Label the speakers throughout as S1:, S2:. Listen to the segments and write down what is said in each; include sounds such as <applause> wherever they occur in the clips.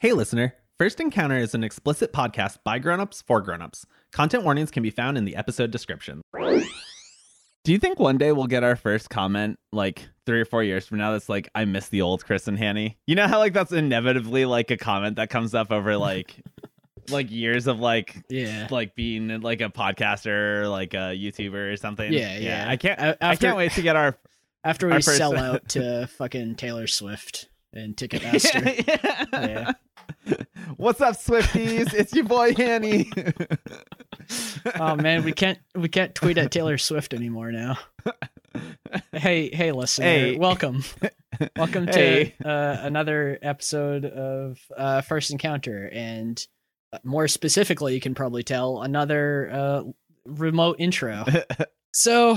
S1: Hey, listener. First Encounter is an explicit podcast by grown-ups for grown-ups. Content warnings can be found in the episode description. Do you think one day we'll get our first comment like three or four years from now that's like, I miss the old Chris and Hanny? You know how like that's inevitably like a comment that comes up over
S2: <laughs>
S1: like like years of like
S2: Yeah.
S1: like being like a podcaster or like a YouTuber or something.
S2: Yeah, yeah.
S1: I can't
S2: A-
S1: I
S2: after-
S1: can't wait to get
S2: <laughs>
S1: our
S2: After
S1: Our
S2: we
S1: first- <laughs>
S2: sell out to fucking Taylor Swift and Ticketmaster.
S1: yeah. uh, What's up, Swifties? It's your boy Hanny.
S2: <laughs> oh man, we can't we can't tweet at Taylor Swift
S1: <laughs>
S2: anymore now. Hey, hey, listener,
S1: Hey.
S2: welcome, <laughs> welcome
S1: Hey.
S2: to uh, another episode of uh, First Encounter, and uh, more specifically, you can probably tell another uh, remote intro. so,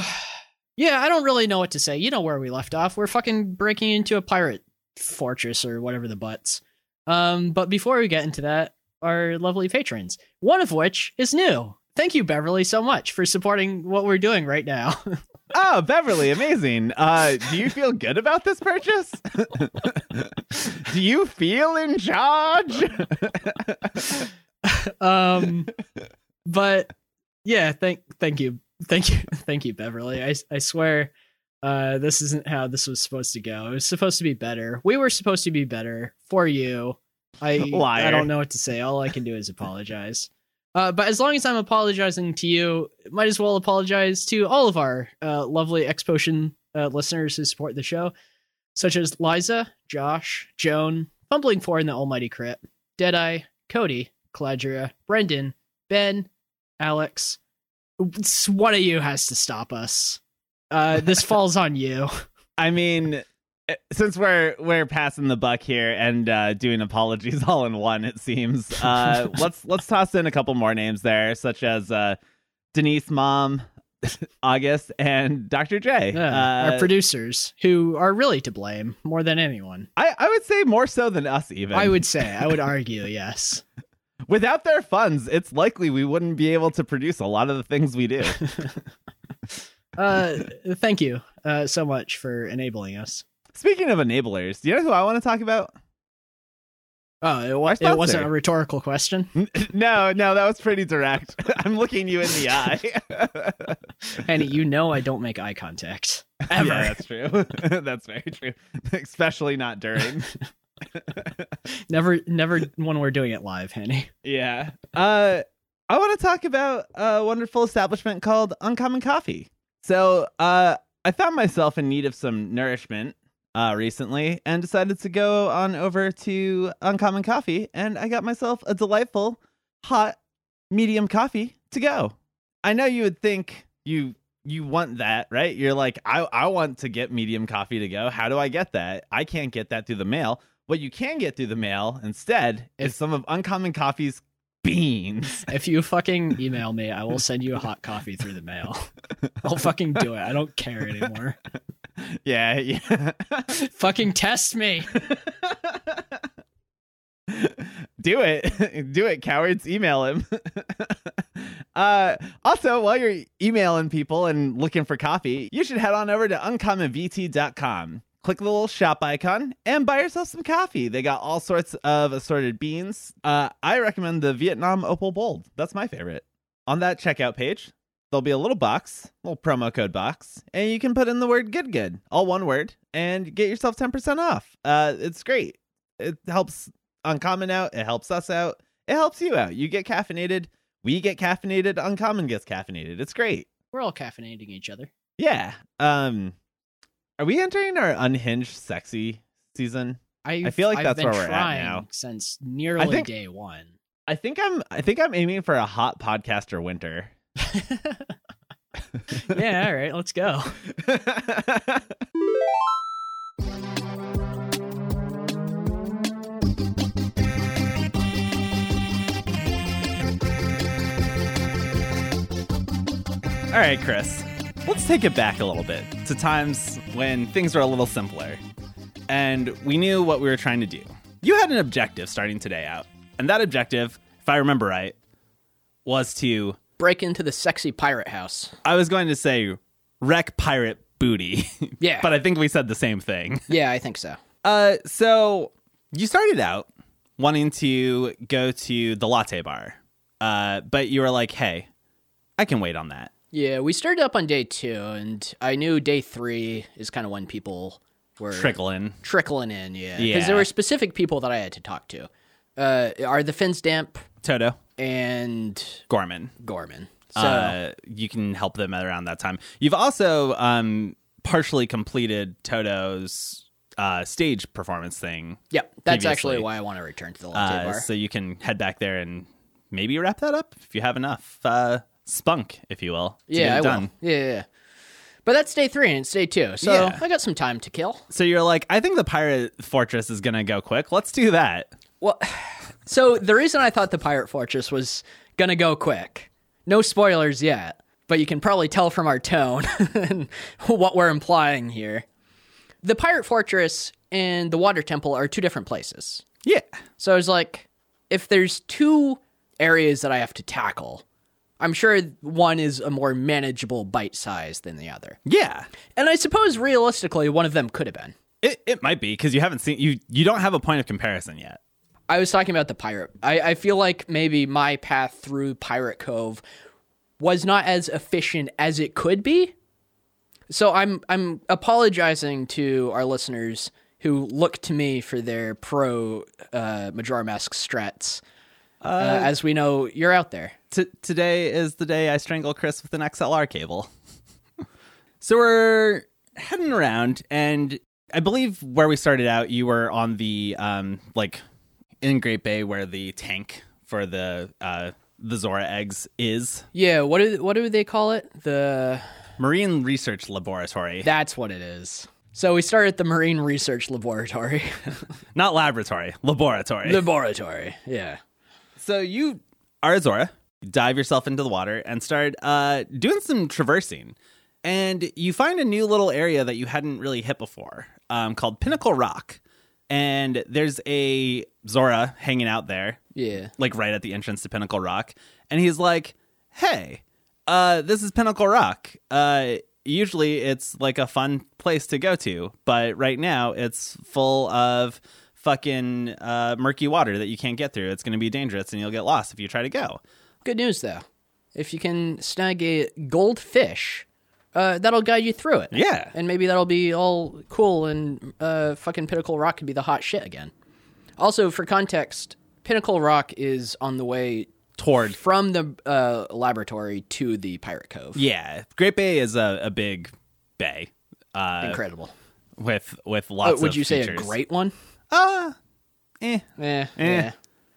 S2: yeah, I don't really know what to say. You know where we left off. We're fucking breaking into a pirate fortress or whatever the butts. Um, but before we get into that, our lovely patrons, one of which is new. Thank you, Beverly, so much for supporting what we're doing right now.
S1: oh, Beverly, amazing. Uh, do you feel good about this purchase? do you feel in charge?
S2: um but yeah thank thank you thank you <laughs> thank you beverly i i swear uh this isn't how this was supposed to go it was supposed to be better we were supposed to be better for you i i
S1: Liar.
S2: don't know what to say all i can do is apologize uh but as long as i'm apologizing to you might as well apologize to all of our uh lovely expotion uh, listeners who support the show such as liza josh joan fumbling four in the almighty crit Deadeye, Cody, Cladria, Brendan, Ben, Alex. It's- One of you has to stop us. Uh, <laughs> this falls on you.
S1: I mean, eh, since we're we're passing the buck here and uh, doing apologies <laughs> all in one, it seems. <laughs> Uh, let's let's toss in a couple more names there, such as uh, Denise, Mom, August, and Dr. J.
S2: Uh,
S1: Uh,
S2: our producers, who are really to blame more than anyone.
S1: I, I would say more so than us even.
S2: I would say, I <laughs> would argue, yes.
S1: Without their funds, it's likely we wouldn't be able to produce a lot of the things we do.
S2: Uh, thank you uh, so much for enabling us.
S1: Speaking of enablers, do you know who I want to talk about?
S2: Oh, it, wa-
S1: Our
S2: it wasn't
S1: sponsor.
S2: a rhetorical <laughs> question.
S1: <laughs> No, no, that was pretty direct. <laughs> I'm looking you in <laughs> the eye. <laughs>
S2: Annie, you know I don't make eye contact. Ever.
S1: Yeah, that's true. <laughs> that's very true. Especially not during.
S2: Never, never when we're doing it live, Henny.
S1: yeah. Uh I want to talk about a wonderful establishment called Uncommon Coffee. So, uh I found myself in need of some nourishment uh recently and decided to go on over to Uncommon Coffee and I got myself a delightful hot medium coffee to go. I know you would think you you want that, right? You're like, I, I want to get medium coffee to go. How do I get that? I can't get that through the mail. What you can get through the mail instead is some of Uncommon Coffee's beans. <laughs>
S2: If you fucking email me, I will send you a hot coffee through
S1: <laughs>
S2: the mail. I'll fucking do it. I don't care anymore.
S1: Yeah, yeah.
S2: fucking test me.
S1: do it. <laughs> do it, cowards. Email him. <laughs> uh, also, while you're emailing people and looking for coffee, you should head on over to uncommonvt.com. Click the little shop icon and buy yourself some coffee. They got all sorts of assorted beans. Uh, I recommend the Vietnam Opal Bold. That's my favorite. On that checkout page, there'll be a little box, little promo code box, and you can put in the word good good, all one word, and get yourself 10% off. Uh, it's great. It helps Uncommon out, it helps us out, it helps you out. You get caffeinated, we get caffeinated, Uncommon gets caffeinated. It's great.
S2: We're all caffeinating each other.
S1: Yeah. Um are we entering our unhinged sexy season?
S2: I
S1: I feel like that's
S2: been
S1: where we're at
S2: trying
S1: now.
S2: Since nearly
S1: think-
S2: day one.
S1: I think I'm I think I'm aiming for a hot podcaster winter.
S2: yeah. All right. Let's go.
S1: <laughs> All right, Chris, let's take it back a little bit to times when things were a little simpler and we knew what we were trying to do. You had an objective starting today out, and that objective, if I remember right, was to
S2: <laughs> Break into the sexy pirate house.
S1: I was going to say wreck pirate booty. <laughs>
S2: Yeah.
S1: but I think we said the same thing.
S2: Yeah, I think so.
S1: Uh, so you started out wanting to go to the latte bar, uh, but you were like, "Hey, I can wait on that."
S2: Yeah, we started up on day two, and I knew day three is kind of when people were
S1: Trickling.
S2: trickling in. Yeah, because
S1: Yeah.
S2: there were specific people that I had to talk to. Uh, are the Finsdamp
S1: Toto
S2: and
S1: Gorman.
S2: Gorman. So
S1: uh, you can help them around that time. You've also um, partially completed Toto's uh, stage performance thing,
S2: yeah, that's
S1: previously.
S2: actually why I want to return to the latte
S1: uh,
S2: bar.
S1: so you can head back there and maybe wrap that up if you have enough uh, spunk, if you will. to get
S2: yeah,
S1: it
S2: I
S1: done.
S2: will. Yeah, yeah, yeah. But that's day three and it's day two, so
S1: Yeah.
S2: I got some time to kill.
S1: So you're like, I think the pirate fortress is gonna go quick. Let's do that.
S2: Well, <sighs> so the reason I thought the Pirate Fortress was gonna go quick, no spoilers yet, but you can probably tell from our tone <laughs> and what we're implying here. The Pirate Fortress and the Water Temple are two different places.
S1: Yeah.
S2: So I was like, if there's two areas that I have to tackle, I'm sure one is a more manageable bite size than the other.
S1: Yeah.
S2: And I suppose realistically, one of them could have been.
S1: It, it might be because you haven't seen you you don't have a point of comparison yet.
S2: I was talking about the pirate. I, I feel like maybe my path through Pirate Cove was not as efficient as it could be. So I'm I'm apologizing to our listeners who look to me for their pro uh, Majora Mask strats. Uh, as we know, you're out there.
S1: T- today is the day I strangle Chris with an XLR cable. <laughs> so we're heading around, and I believe where we started out, you were on the um like in Great Bay where the tank for the uh the Zora eggs is
S2: Yeah. What do what do they call it? The
S1: Marine Research Laboratory,
S2: that's what it is. So we start at the Marine Research Laboratory. <laughs>
S1: not laboratory, laboratory.
S2: Laboratory. Yeah.
S1: So you are a Zora, you dive yourself into the water and start uh, doing some traversing. And you find a new little area that you hadn't really hit before um, called Pinnacle Rock. And there's a Zora hanging out there,
S2: Yeah.
S1: like right at the entrance to Pinnacle Rock. And he's like, hey, uh, this is Pinnacle Rock. Uh, usually it's like a fun place to go to, but right now it's full of fucking uh, murky water that you can't get through. It's going to be dangerous and you'll get lost if you try to go.
S2: Good news though, if you can snag a goldfish, uh, that'll guide you through it.
S1: Yeah.
S2: and maybe that'll be all cool, and uh, fucking Pinnacle Rock could be the hot shit again. Also, for context, Pinnacle Rock is on the way
S1: Toward.
S2: from the uh, laboratory to the Pirate Cove.
S1: Yeah. Great Bay is a, a big bay uh,
S2: Incredible.
S1: with with
S2: Uh,
S1: lots
S2: would
S1: of
S2: you say
S1: features.
S2: a great one?
S1: Uh, eh.
S2: Eh, yeah.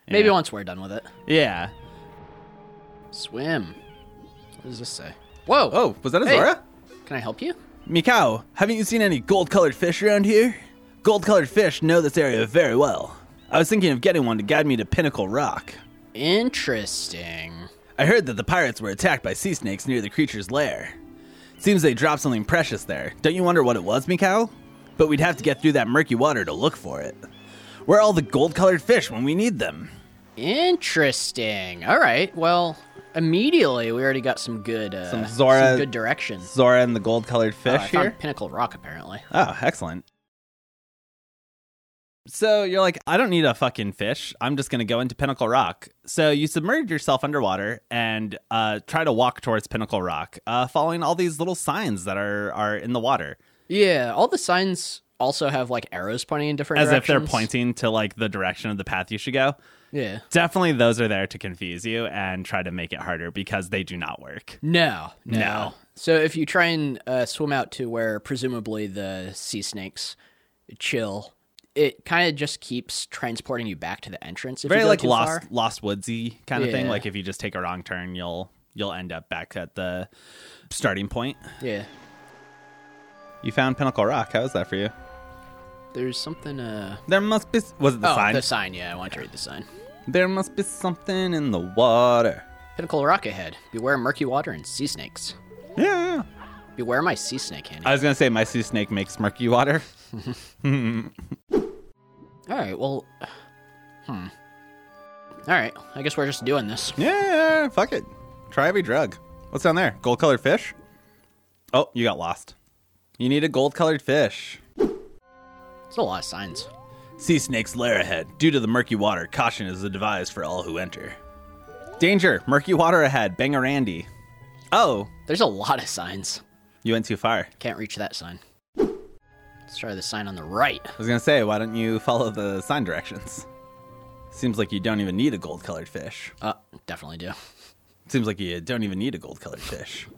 S2: Maybe once we're done with it.
S1: Yeah.
S2: Swim. What does this say? Whoa.
S1: Oh, was that a
S2: Hey.
S1: Zora?
S2: Can I help you?
S1: Mikao, haven't you seen any gold colored fish around here? Gold colored fish know this area very well. I was thinking of getting one to guide me to Pinnacle Rock.
S2: Interesting.
S1: I heard that the pirates were attacked by sea snakes near the creature's lair. Seems they dropped something precious there. Don't you wonder what it was, Mikao? But we'd have to get through that murky water to look for it. Where are all the gold colored fish when we need them?
S2: Interesting. All right. Well, immediately we already got some good, uh,
S1: Some Zora-
S2: good direction.
S1: Zora and the gold colored
S2: Oh,
S1: fish
S2: I found Pinnacle Rock apparently.
S1: Oh, excellent. So you're like, I don't need a fucking fish. I'm just going to go into Pinnacle Rock. So you submerge yourself underwater and uh, try to walk towards Pinnacle Rock, uh, following all these little signs that are, are in the water
S2: Yeah. All the signs also have like arrows pointing in different
S1: as if
S2: directions.
S1: they're pointing to like the direction of the path you should go.
S2: Yeah.
S1: Definitely those are there to confuse you and try to make it harder because they do not work.
S2: No, no.
S1: No.
S2: So if you try and uh, swim out to where presumably the sea snakes chill, it kind of just keeps transporting you back to the entrance. If
S1: Very
S2: you go
S1: like
S2: too
S1: lost
S2: far.
S1: lost woodsy kind of thing.
S2: Yeah.
S1: Like if you just take a wrong turn, you'll you'll end up back at the starting point.
S2: Yeah.
S1: You found Pinnacle Rock. How was that for you?
S2: There's something. Uh...
S1: There must be. Was it the
S2: Oh,
S1: sign?
S2: the sign. Yeah, I want to read the sign.
S1: There must be something in the water.
S2: Pinnacle Rock ahead. Beware murky water and sea snakes.
S1: Yeah, Yeah. yeah.
S2: Beware my sea snake handy.
S1: I was gonna say my sea snake makes murky water.
S2: All right, well, <sighs> hmm. All right, I guess we're just doing this.
S1: Yeah, <laughs> yeah, yeah, Fuck it. Try every drug. What's down there? Gold colored fish. Oh, you got lost. You need a gold colored fish.
S2: There's a lot of signs.
S1: Sea snakes lair ahead. Due to the murky water, caution is advised for all who enter.
S3: Danger, murky water ahead, Bangarandi.
S1: Oh,
S2: There's a lot of signs.
S1: you went too far.
S2: Can't reach that sign. Let's try the sign on the right.
S1: I was gonna say, why don't you follow the sign directions? Seems like you don't even need a gold colored fish.
S2: Uh, definitely do.
S1: Seems like you don't even need a gold colored fish.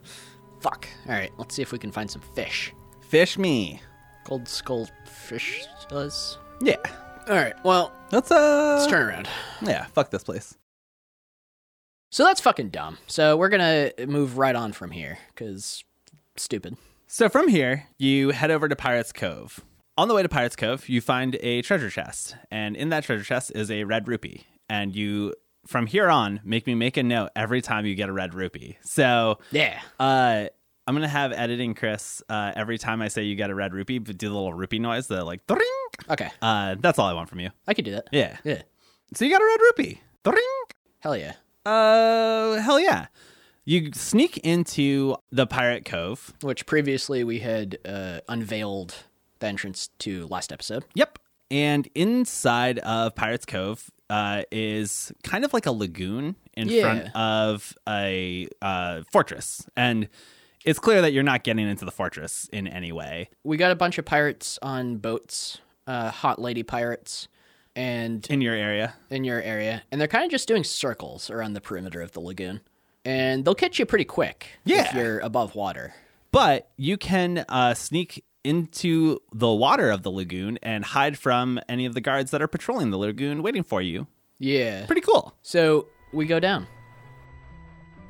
S2: Fuck. All right, let's see if we can find some fish.
S1: Fish me.
S2: Gold skull fish does.
S1: Yeah.
S2: All right, well,
S1: Let's uh
S2: let's turn around.
S1: Yeah, fuck this place.
S2: So that's fucking dumb. So we're gonna move right on from here, cause stupid.
S1: So from here, you head over to Pirates Cove. On the way to Pirates Cove, you find a treasure chest, and in that treasure chest is a red rupee. And you from here on make me make a note every time you get a red rupee. So
S2: Yeah.
S1: Uh, I'm gonna have editing Chris uh, every time I say you got a red rupee, but do the little rupee noise, the like "Dring!"
S2: Okay,
S1: Uh, that's all I want from you.
S2: I could do that.
S1: Yeah.
S2: Yeah.
S1: So you got a red rupee. "Dring!"
S2: Hell yeah.
S1: Uh, hell yeah. You sneak into the pirate cove.
S2: Which previously we had uh, unveiled the entrance to last episode.
S1: Yep. And inside of Pirates Cove uh, is kind of like a lagoon in
S2: Yeah.
S1: front of a uh, fortress, and it's clear that you're not getting into the fortress in any way.
S2: We got a bunch of pirates on boats, uh, hot lady pirates, and
S1: In your area,
S2: in your area, and they're kind of just doing circles around the perimeter of the lagoon, and they'll catch you pretty quick if
S1: Yeah.
S2: you're above water.
S1: but you can uh, sneak into the water of the lagoon and hide from any of the guards that are patrolling the lagoon waiting for you.
S2: Yeah.
S1: Pretty cool.
S2: So we go down.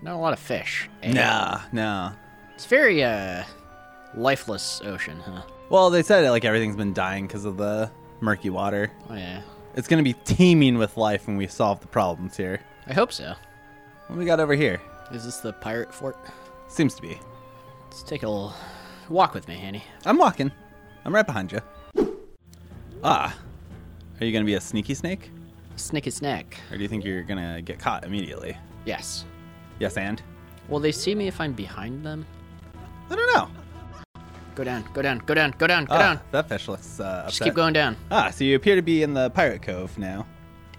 S2: Not a lot of fish. And
S1: Nah, nah.
S2: It's very uh, lifeless ocean, huh?
S1: Well, they said like everything's been dying because of the murky water.
S2: Oh, yeah.
S1: It's gonna be teeming with life when we solve the problems here.
S2: I hope so.
S1: What we got over here?
S2: Is this the pirate fort?
S1: Seems to be.
S2: Let's take a little walk with me, Hanny.
S1: I'm walking. I'm right behind you. Ah, are you gonna be a sneaky snake,
S2: Snick his neck.
S1: or do you think you're gonna get caught immediately?
S2: Yes.
S1: Yes, and
S2: Will they see me if I'm behind them?
S1: I don't know.
S2: Go down, go down, go down, go down, go
S1: ah,
S2: down.
S1: That fish looks uh, upset.
S2: Just keep going down.
S1: Ah, so you appear to be in the pirate cove now.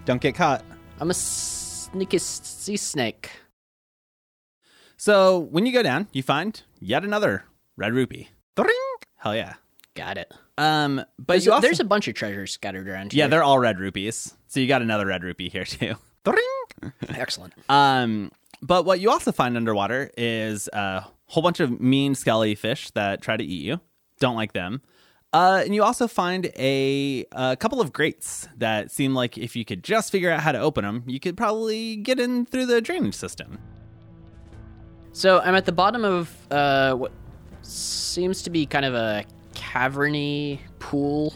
S1: Don't get caught.
S2: I'm a sneaky sea snake.
S1: So when you go down, you find yet another red rupee. Dring! Hell yeah.
S2: Got it.
S1: Um, but
S2: There's,
S1: you
S2: a,
S1: also-
S2: there's a bunch of treasures scattered around
S1: Yeah,
S2: here.
S1: they're all red rupees. So you got another red rupee here too. Dring!
S2: they're excellent.
S1: Um, but what you also find underwater is a whole bunch of mean scaly fish that try to eat you. Don't like them. Uh, and you also find a, a couple of grates that seem like if you could just figure out how to open them, you could probably get in through the drainage system.
S2: So I'm at the bottom of uh, what seems to be kind of a caverny pool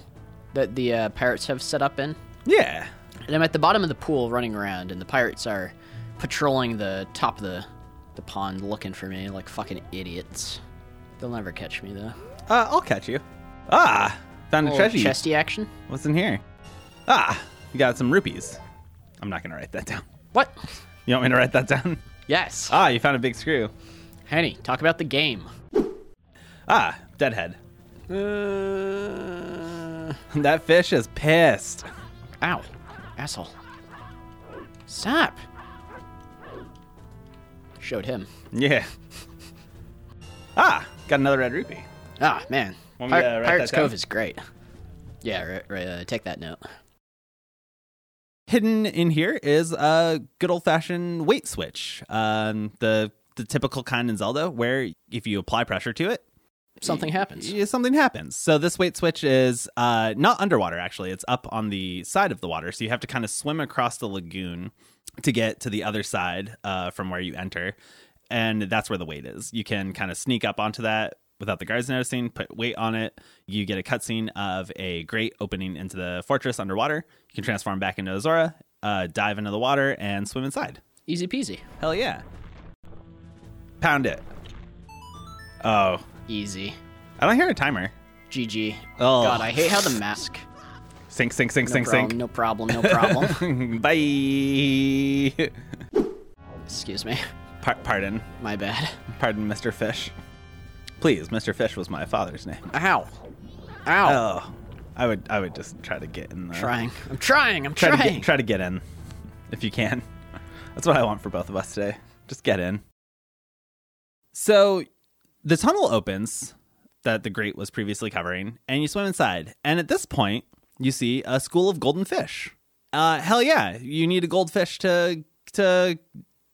S2: that the uh, pirates have set up in.
S1: Yeah.
S2: And I'm at the bottom of the pool running around, and the pirates are patrolling the top of the, the pond looking for me like fucking idiots. They'll never catch me though.
S1: Uh, I'll catch you. Ah, found a
S2: Little
S1: treasure.
S2: chesty action?
S1: What's in here? Ah, you got some rupees. I'm not gonna write that down.
S2: What?
S1: You want me to write that down?
S2: Yes.
S1: Ah, you found a big screw.
S2: Henny, talk about the game.
S1: Ah, deadhead. <laughs>
S2: Uh,
S1: That fish is pissed.
S2: ow, asshole! Stop. Showed him.
S1: Yeah. Ah, got another red rupee.
S2: Ah, man.
S1: Want me
S2: Pir-
S1: to uh, write that
S2: Pirates Cove
S1: down?
S2: is great. Yeah, right, right, uh, take that note.
S1: Hidden in here is a good old fashioned weight switch. Um, the the typical kind in Zelda where if you apply pressure to it,
S2: Something happens.
S1: yeah, something happens. So this weight switch is uh, not underwater actually; it's up on the side of the water. So you have to kind of swim across the lagoon to get to the other side uh, from where you enter, and that's where the weight is. You can kind of sneak up onto that without the guards noticing. Put weight on it. You get a cutscene of a grate opening into the fortress underwater. You can transform back into Azora, uh, dive into the water, and swim inside.
S2: Easy peasy.
S1: Hell yeah! Pound it. Oh,
S2: Easy.
S1: I don't hear a timer.
S2: GG.
S1: Oh.
S2: God, I hate how the mask.
S1: <laughs> Sink, sink, sink,
S2: No
S1: sink,
S2: problem, No problem. No problem.
S1: <laughs> sink. Bye.
S2: Excuse me.
S1: Par- pardon.
S2: My bad.
S1: Pardon, Mr. Fish. Please, Mr. Fish was my father's name.
S2: Ow. Ow.
S1: Oh, I would I would just try to get in the
S2: trying. I'm trying. I'm
S1: try
S2: trying.
S1: to get try to get in if you can. <laughs> That's what I want for both of us today. Just get in. So the tunnel opens that the grate was previously covering, and you swim inside. And at this point, you see a school of golden fish. Uh, hell yeah, you need a goldfish to to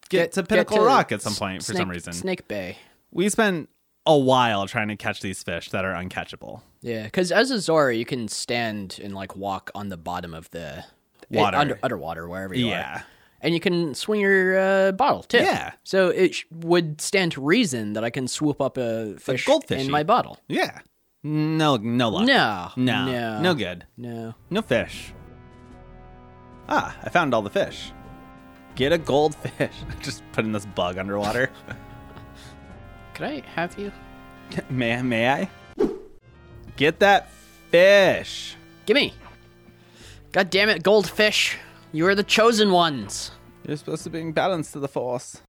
S1: get, to Pinnacle Rock at some
S2: S-
S1: point for
S2: Snake-
S1: some reason.
S2: Snake Bay.
S1: We spent a while trying to catch these fish that are uncatchable.
S2: Yeah, because as a Zora, you can stand and like walk on the bottom of the it-
S1: Water.
S2: under, underwater, wherever you are.
S1: yeah.
S2: and you can swing your uh, bottle too.
S1: Yeah.
S2: So it sh- would stand to reason that I can swoop up a fish
S1: goldfishy.
S2: in my bottle.
S1: Yeah. No no luck.
S2: No,
S1: No.
S2: no,
S1: No good.
S2: no.
S1: No fish. Ah, I found all the fish. Get a goldfish. <laughs> Just putting this bug underwater. <laughs>
S2: Could I have you?
S1: may may I? Get that fish.
S2: Gimme! God damn it, goldfish! You are the chosen ones.
S1: You're supposed to bring balance to the force.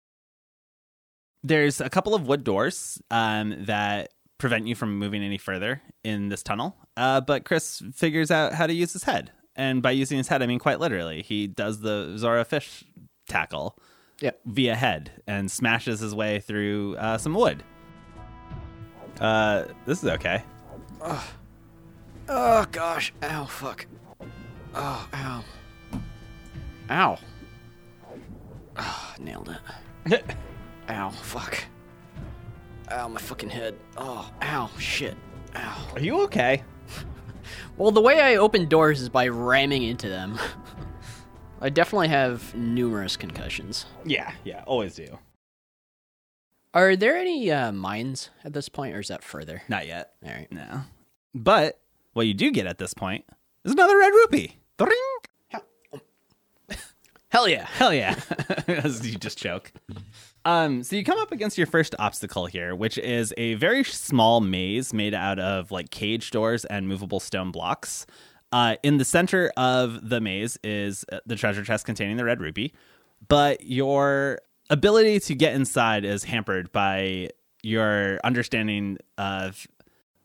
S1: There's a couple of wood doors um, that prevent you from moving any further in this tunnel. Uh, but Chris figures out how to use his head, and by using his head, I mean quite literally. He does the Zora fish tackle
S2: Yep.
S1: via head and smashes his way through uh, some wood. Uh, this is okay.
S2: Oh gosh! Ow! Fuck! Oh! Ow! Ow! Oh, nailed it. Ow! Fuck! Ow! My fucking head! Oh! Ow! Shit! Ow!
S1: Are you okay?
S2: Well, the way I open doors is by ramming into them. <laughs> I definitely have numerous concussions.
S1: Yeah, yeah, always do.
S2: Are there any uh, mines at this point, or is that further?
S1: Not yet.
S2: All right.
S1: No. But what you do get at this point is another red rupee. Ring. <laughs>
S2: Hell yeah!
S1: Hell yeah. <laughs> As you just choke. Um, so you come up against your first obstacle here, which is a very small maze made out of like cage doors and movable stone blocks. Uh, in the center of the maze is uh, the treasure chest containing the red ruby, but your ability to get inside is hampered by your understanding of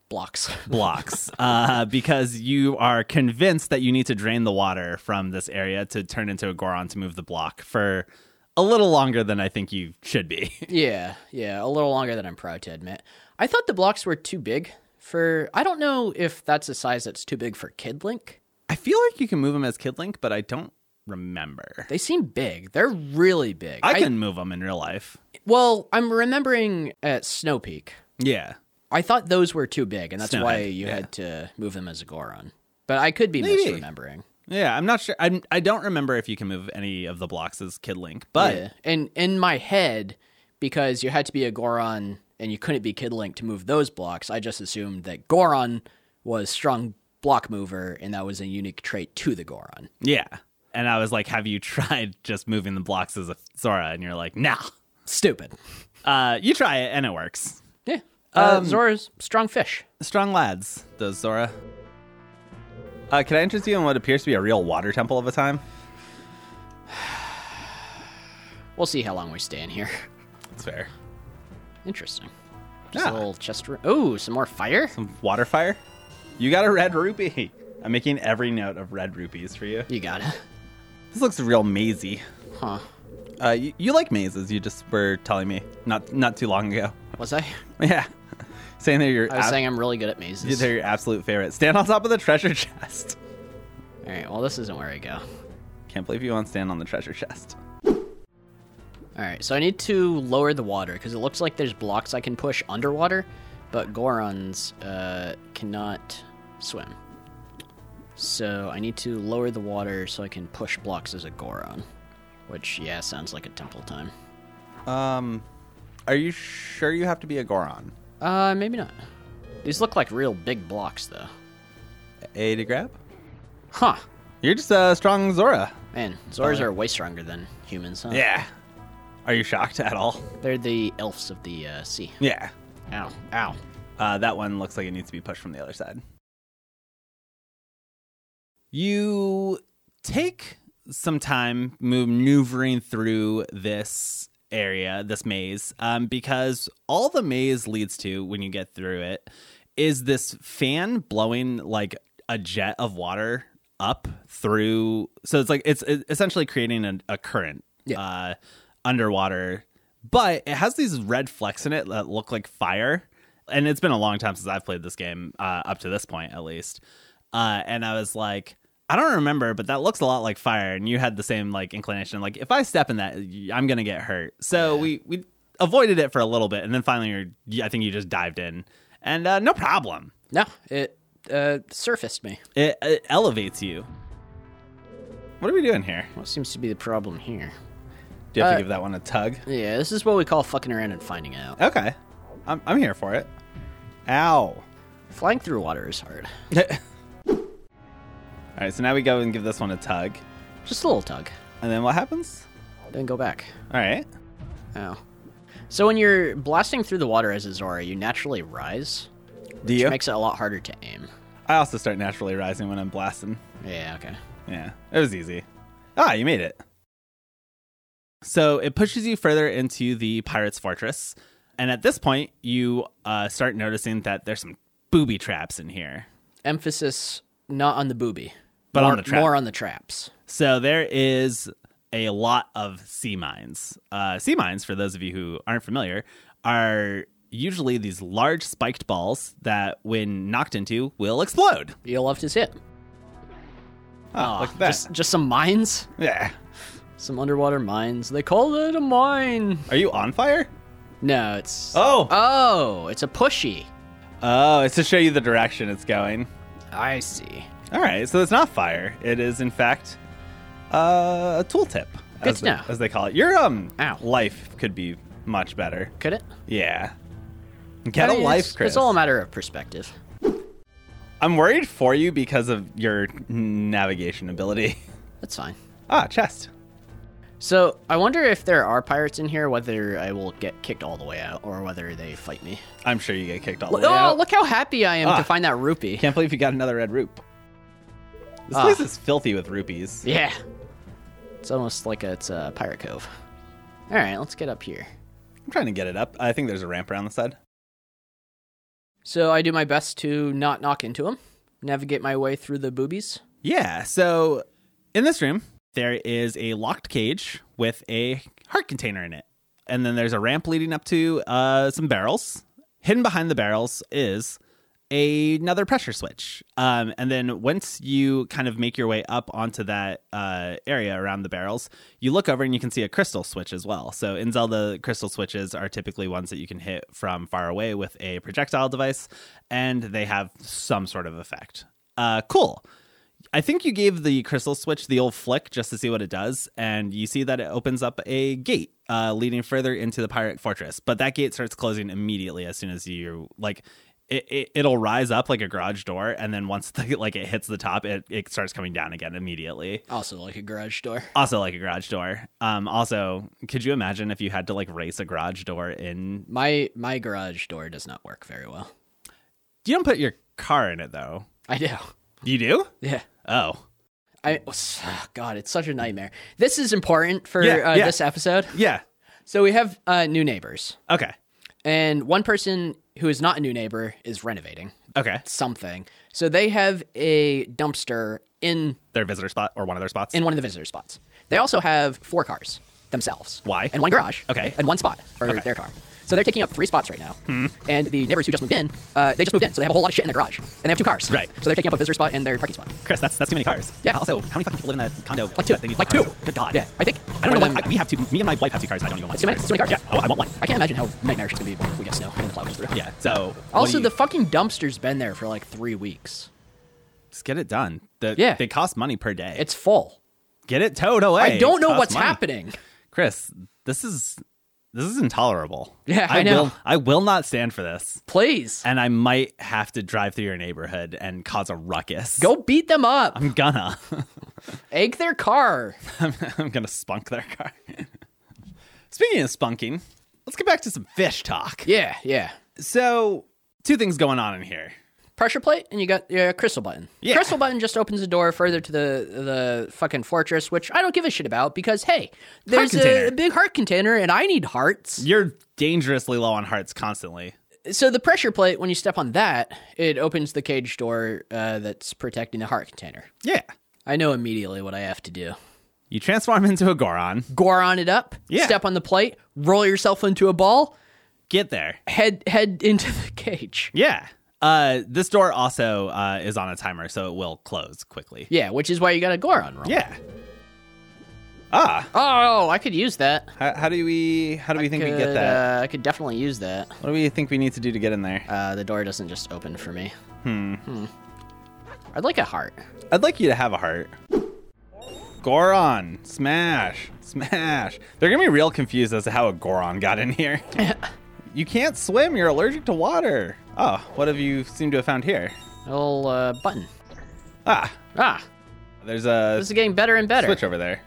S2: Blocks. <laughs>
S1: blocks <laughs> uh, because you are convinced that you need to drain the water from this area to turn into a Goron to move the block for a little longer than I think you should be. <laughs>
S2: Yeah, yeah, a little longer than I'm proud to admit. I thought the blocks were too big for. I don't know if that's a size that's too big for Kid Link.
S1: I feel like you can move them as Kid Link, but I don't remember.
S2: They seem big. They're really big.
S1: I can move them in real life.
S2: well, I'm remembering at Snow Peak.
S1: Yeah.
S2: I thought those were too big, and that's
S1: Snowhead,
S2: why you
S1: yeah.
S2: had to move them as a Goron. But I could be
S1: Maybe.
S2: misremembering.
S1: Yeah, I'm not sure. I'm, I don't remember if you can move any of the blocks as Kid Link, but
S2: Yeah. And in my head, because you had to be a Goron and you couldn't be Kid Link to move those blocks, I just assumed that Goron was strong block mover and that was a unique trait to the Goron.
S1: yeah. And I was like, have you <laughs> tried just moving the blocks as a Zora? And you're like, nah.
S2: Stupid.
S1: Uh, you try it and it works.
S2: Yeah. Uh, Zora's strong fish.
S1: Strong lads, those Zora. Uh, can I interest you in what appears to be a real water temple of a time?
S2: We'll see how long we stay in here. <laughs>
S1: That's fair.
S2: Interesting. Just
S1: Ah.
S2: a little chest room. Oh, some more fire?
S1: Water fire? You got a red rupee. I'm making every note of red rupees for you.
S2: You got <laughs> it.
S1: This looks real mazy.
S2: Huh.
S1: Uh, you, you like mazes, you just were telling me not not too long ago. <laughs>
S2: Was I?
S1: Yeah. saying they're your,
S2: I was
S1: ab-
S2: saying I'm really good at mazes.
S1: they're your absolute favorite. Stand on top of the treasure <laughs> chest.
S2: All right, well, this isn't where I go.
S1: Can't believe you won't stand on the treasure chest.
S2: All right, so I need to lower the water because it looks like there's blocks I can push underwater, but Gorons uh, cannot swim. So I need to lower the water so I can push blocks as a Goron, which yeah sounds like a temple time.
S1: Um, are you sure you have to be a Goron?
S2: Uh, maybe not. These look like real big blocks though.
S1: A to grab?
S2: Huh?
S1: You're just a strong Zora.
S2: Man, Zors are way stronger than humans. Huh?
S1: Yeah. Are you shocked at all?
S2: They're the elves of the uh, sea.
S1: Yeah.
S2: Ow! Ow!
S1: Uh, that one looks like it needs to be pushed from the other side. You take some time maneuvering through this area, this maze, um, because all the maze leads to when you get through it is this fan blowing like a jet of water up through. So it's like it's, it's essentially creating a, a current
S2: Yeah.
S1: uh, underwater, but it has these red flecks in it that look like fire. And it's been a long time since I've played this game, uh, up to this point at least. Uh, and I was like, I don't remember, but that looks a lot like fire. And you had the same like inclination, like if I step in that, I'm gonna get hurt. So we we avoided it for a little bit, and then finally, you're, you- I think you just dived in, and uh, no problem.
S2: No, it uh, surfaced me.
S1: It, it elevates you. What are we doing here?
S2: What seems to be the problem here?
S1: Do you have
S2: Uh,
S1: to give that one a tug?
S2: Yeah, this is what we call fucking around and finding out.
S1: Okay, I'm I'm here for it. Ow. <laughs>
S2: Flying through water is hard.
S1: All right, so now we go and give this one a tug,
S2: Just a little tug,
S1: and then what happens?
S2: then go back.
S1: All right.
S2: Oh. So when you're blasting through the water as a Zora, you naturally rise,
S1: Do
S2: which
S1: you?
S2: makes it a lot harder to aim.
S1: I also start naturally rising when I'm blasting.
S2: Yeah, okay.
S1: Yeah, it was easy. Ah, you made it. So it pushes you further into the pirate's fortress, and at this point, you uh, start noticing that there's some booby traps in here.
S2: Emphasis not on the booby,
S1: But on
S2: more,
S1: the trap.
S2: More on the traps.
S1: So there is a lot of sea mines. Uh, sea mines, for those of you who aren't familiar, are usually these large spiked balls that, when knocked into, will explode.
S2: You'll love to see it.
S1: Oh, look at that.
S2: Just, just some mines,
S1: yeah.
S2: some underwater mines. They call it a mine.
S1: Are you on fire?
S2: No, it's
S1: Oh.
S2: oh, it's a pushy.
S1: Oh, it's to show you the direction it's going.
S2: I see.
S1: All right, so it's not fire. It is in fact uh, a tooltip,
S2: Good
S1: as,
S2: to
S1: they-
S2: know.
S1: as they call it. Your um
S2: Ow.
S1: life could be much better.
S2: Could it?
S1: Yeah, get
S2: I mean,
S1: a life,
S2: it's,
S1: Chris.
S2: It's all a matter of perspective.
S1: I'm worried for you because of your navigation ability. <laughs>
S2: That's fine.
S1: ah, chest.
S2: So I wonder if there are pirates in here, whether I will get kicked all the way out or whether they fight me.
S1: I'm sure you get kicked all the
S2: Oh,
S1: way out.
S2: look how happy I am
S1: Ah.
S2: to find that rupee.
S1: Can't believe you got another red roop. This
S2: Ah.
S1: place is filthy with rupees.
S2: Yeah, it's almost like it's a pirate cove. All right, let's get up here.
S1: I'm trying to get it up. I think there's a ramp around the side.
S2: So I do my best to not knock into him, navigate my way through the boobies.
S1: Yeah. So in this room, there is a locked cage with a heart container in it. And then there's a ramp leading up to uh, some barrels. Hidden behind the barrels is a- another pressure switch. Um, and then once you kind of make your way up onto that uh, area around the barrels, you look over and you can see a crystal switch as well. So in Zelda, crystal switches are typically ones that you can hit from far away with a projectile device, and they have some sort of effect. Uh, cool. I think you gave the crystal switch the old flick just to see what it does, and you see that it opens up a gate uh, leading further into the pirate fortress. But that gate starts closing immediately as soon as you like. It, it, it'll rise up like a garage door, and then once <laughs> the, like it hits the top, it, it starts coming down again immediately.
S2: Also, like a garage door.
S1: Also, like a garage door. Um, also, could you imagine if you had to like race a garage door in?
S2: My my garage door does not work very well.
S1: You don't put your car in it though.
S2: I do.
S1: You do?
S2: Yeah.
S1: Oh,
S2: I oh, God, it's such a nightmare. This is important for
S1: Yeah,
S2: uh,
S1: yeah.
S2: this episode.
S1: yeah.
S2: So we have uh, new neighbors,
S1: Okay.
S2: and one person who is not a new neighbor is renovating
S1: Okay.
S2: something. So they have a dumpster in
S1: Their visitor spot or one of their spots.
S2: in one of the visitor spots. They also have four cars themselves.
S1: Why?
S2: And one garage.
S1: Okay. Hmm.
S2: And one spot for their car. So they're taking up three spots right now. And the neighbors who just moved in, uh, they just moved in, so they have a whole lot of shit in their garage, and they have two cars.
S1: Right.
S2: So they're taking up a visitor spot and their parking spot.
S1: Chris, that's that's too many cars.
S2: Yeah.
S1: Also, how many fucking people live in that condo?
S2: Like two.
S1: That they need
S2: Like
S1: cars?
S2: two.
S1: Good God.
S2: Yeah. I think
S1: I don't know.
S2: why-
S1: Why, I, we have two. Me and my wife have two cars. And I don't even want
S2: It's too many- it's too many cars.
S1: Yeah. Oh, I, I want one.
S2: I can't imagine how nightmarish it's gonna be if we get snow and the plow goes through.
S1: Yeah. So. what
S2: Also,
S1: do you-
S2: the fucking dumpster's been there for like three weeks.
S1: just get it done. The,
S2: Yeah.
S1: They cost money per day.
S2: It's full.
S1: get it towed away.
S2: I don't
S1: It
S2: know
S1: costs
S2: what's
S1: money.
S2: happening.
S1: Chris, this is this is intolerable.
S2: Yeah, I know.
S1: Will, I will not stand for this,
S2: Please
S1: and I might have to drive through your neighborhood and cause a ruckus.
S2: go beat them up.
S1: <laughs> I'm gonna. <laughs>
S2: Egg their car.
S1: I'm, I'm gonna spunk their car. <laughs> Speaking of spunking, let's get back to some fish talk.
S2: Yeah, yeah.
S1: So, two things going on in here.
S2: pressure plate and you got your crystal button.
S1: Yeah.
S2: Crystal button just opens the door further to the the fucking fortress, which I don't give a shit about because hey, there's a,
S1: container.
S2: a big heart container and I need hearts.
S1: You're dangerously low on hearts constantly.
S2: so the pressure plate, when you step on that, it opens the cage door uh, that's protecting the heart container.
S1: Yeah.
S2: I know immediately what I have to do.
S1: You transform into a Goron.
S2: Goron it up.
S1: Yeah.
S2: Step on the plate. Roll yourself into a ball.
S1: Get there.
S2: Head head into <laughs> the cage.
S1: Yeah. Uh, this door also uh, is on a timer, so it will close quickly.
S2: Yeah, which is why you got a Goron roll.
S1: Yeah. Ah,
S2: Oh, I could use that.
S1: how, how do we? How do we think we get
S2: Could,
S1: that?
S2: Uh, I could definitely use that.
S1: What do we think we need to do to get in there?
S2: Uh, the door doesn't just open for me. Hmm. I'd like a heart.
S1: I'd like you to have a heart. Goron, smash, smash. They're gonna be real confused as to how a Goron got in
S2: <laughs>
S1: here. you can't swim. You're allergic to water. Oh, what have you seemed to have found here?
S2: A little uh, button.
S1: Ah,
S2: Ah,
S1: there's a
S2: this is getting better and better.
S1: switch over there.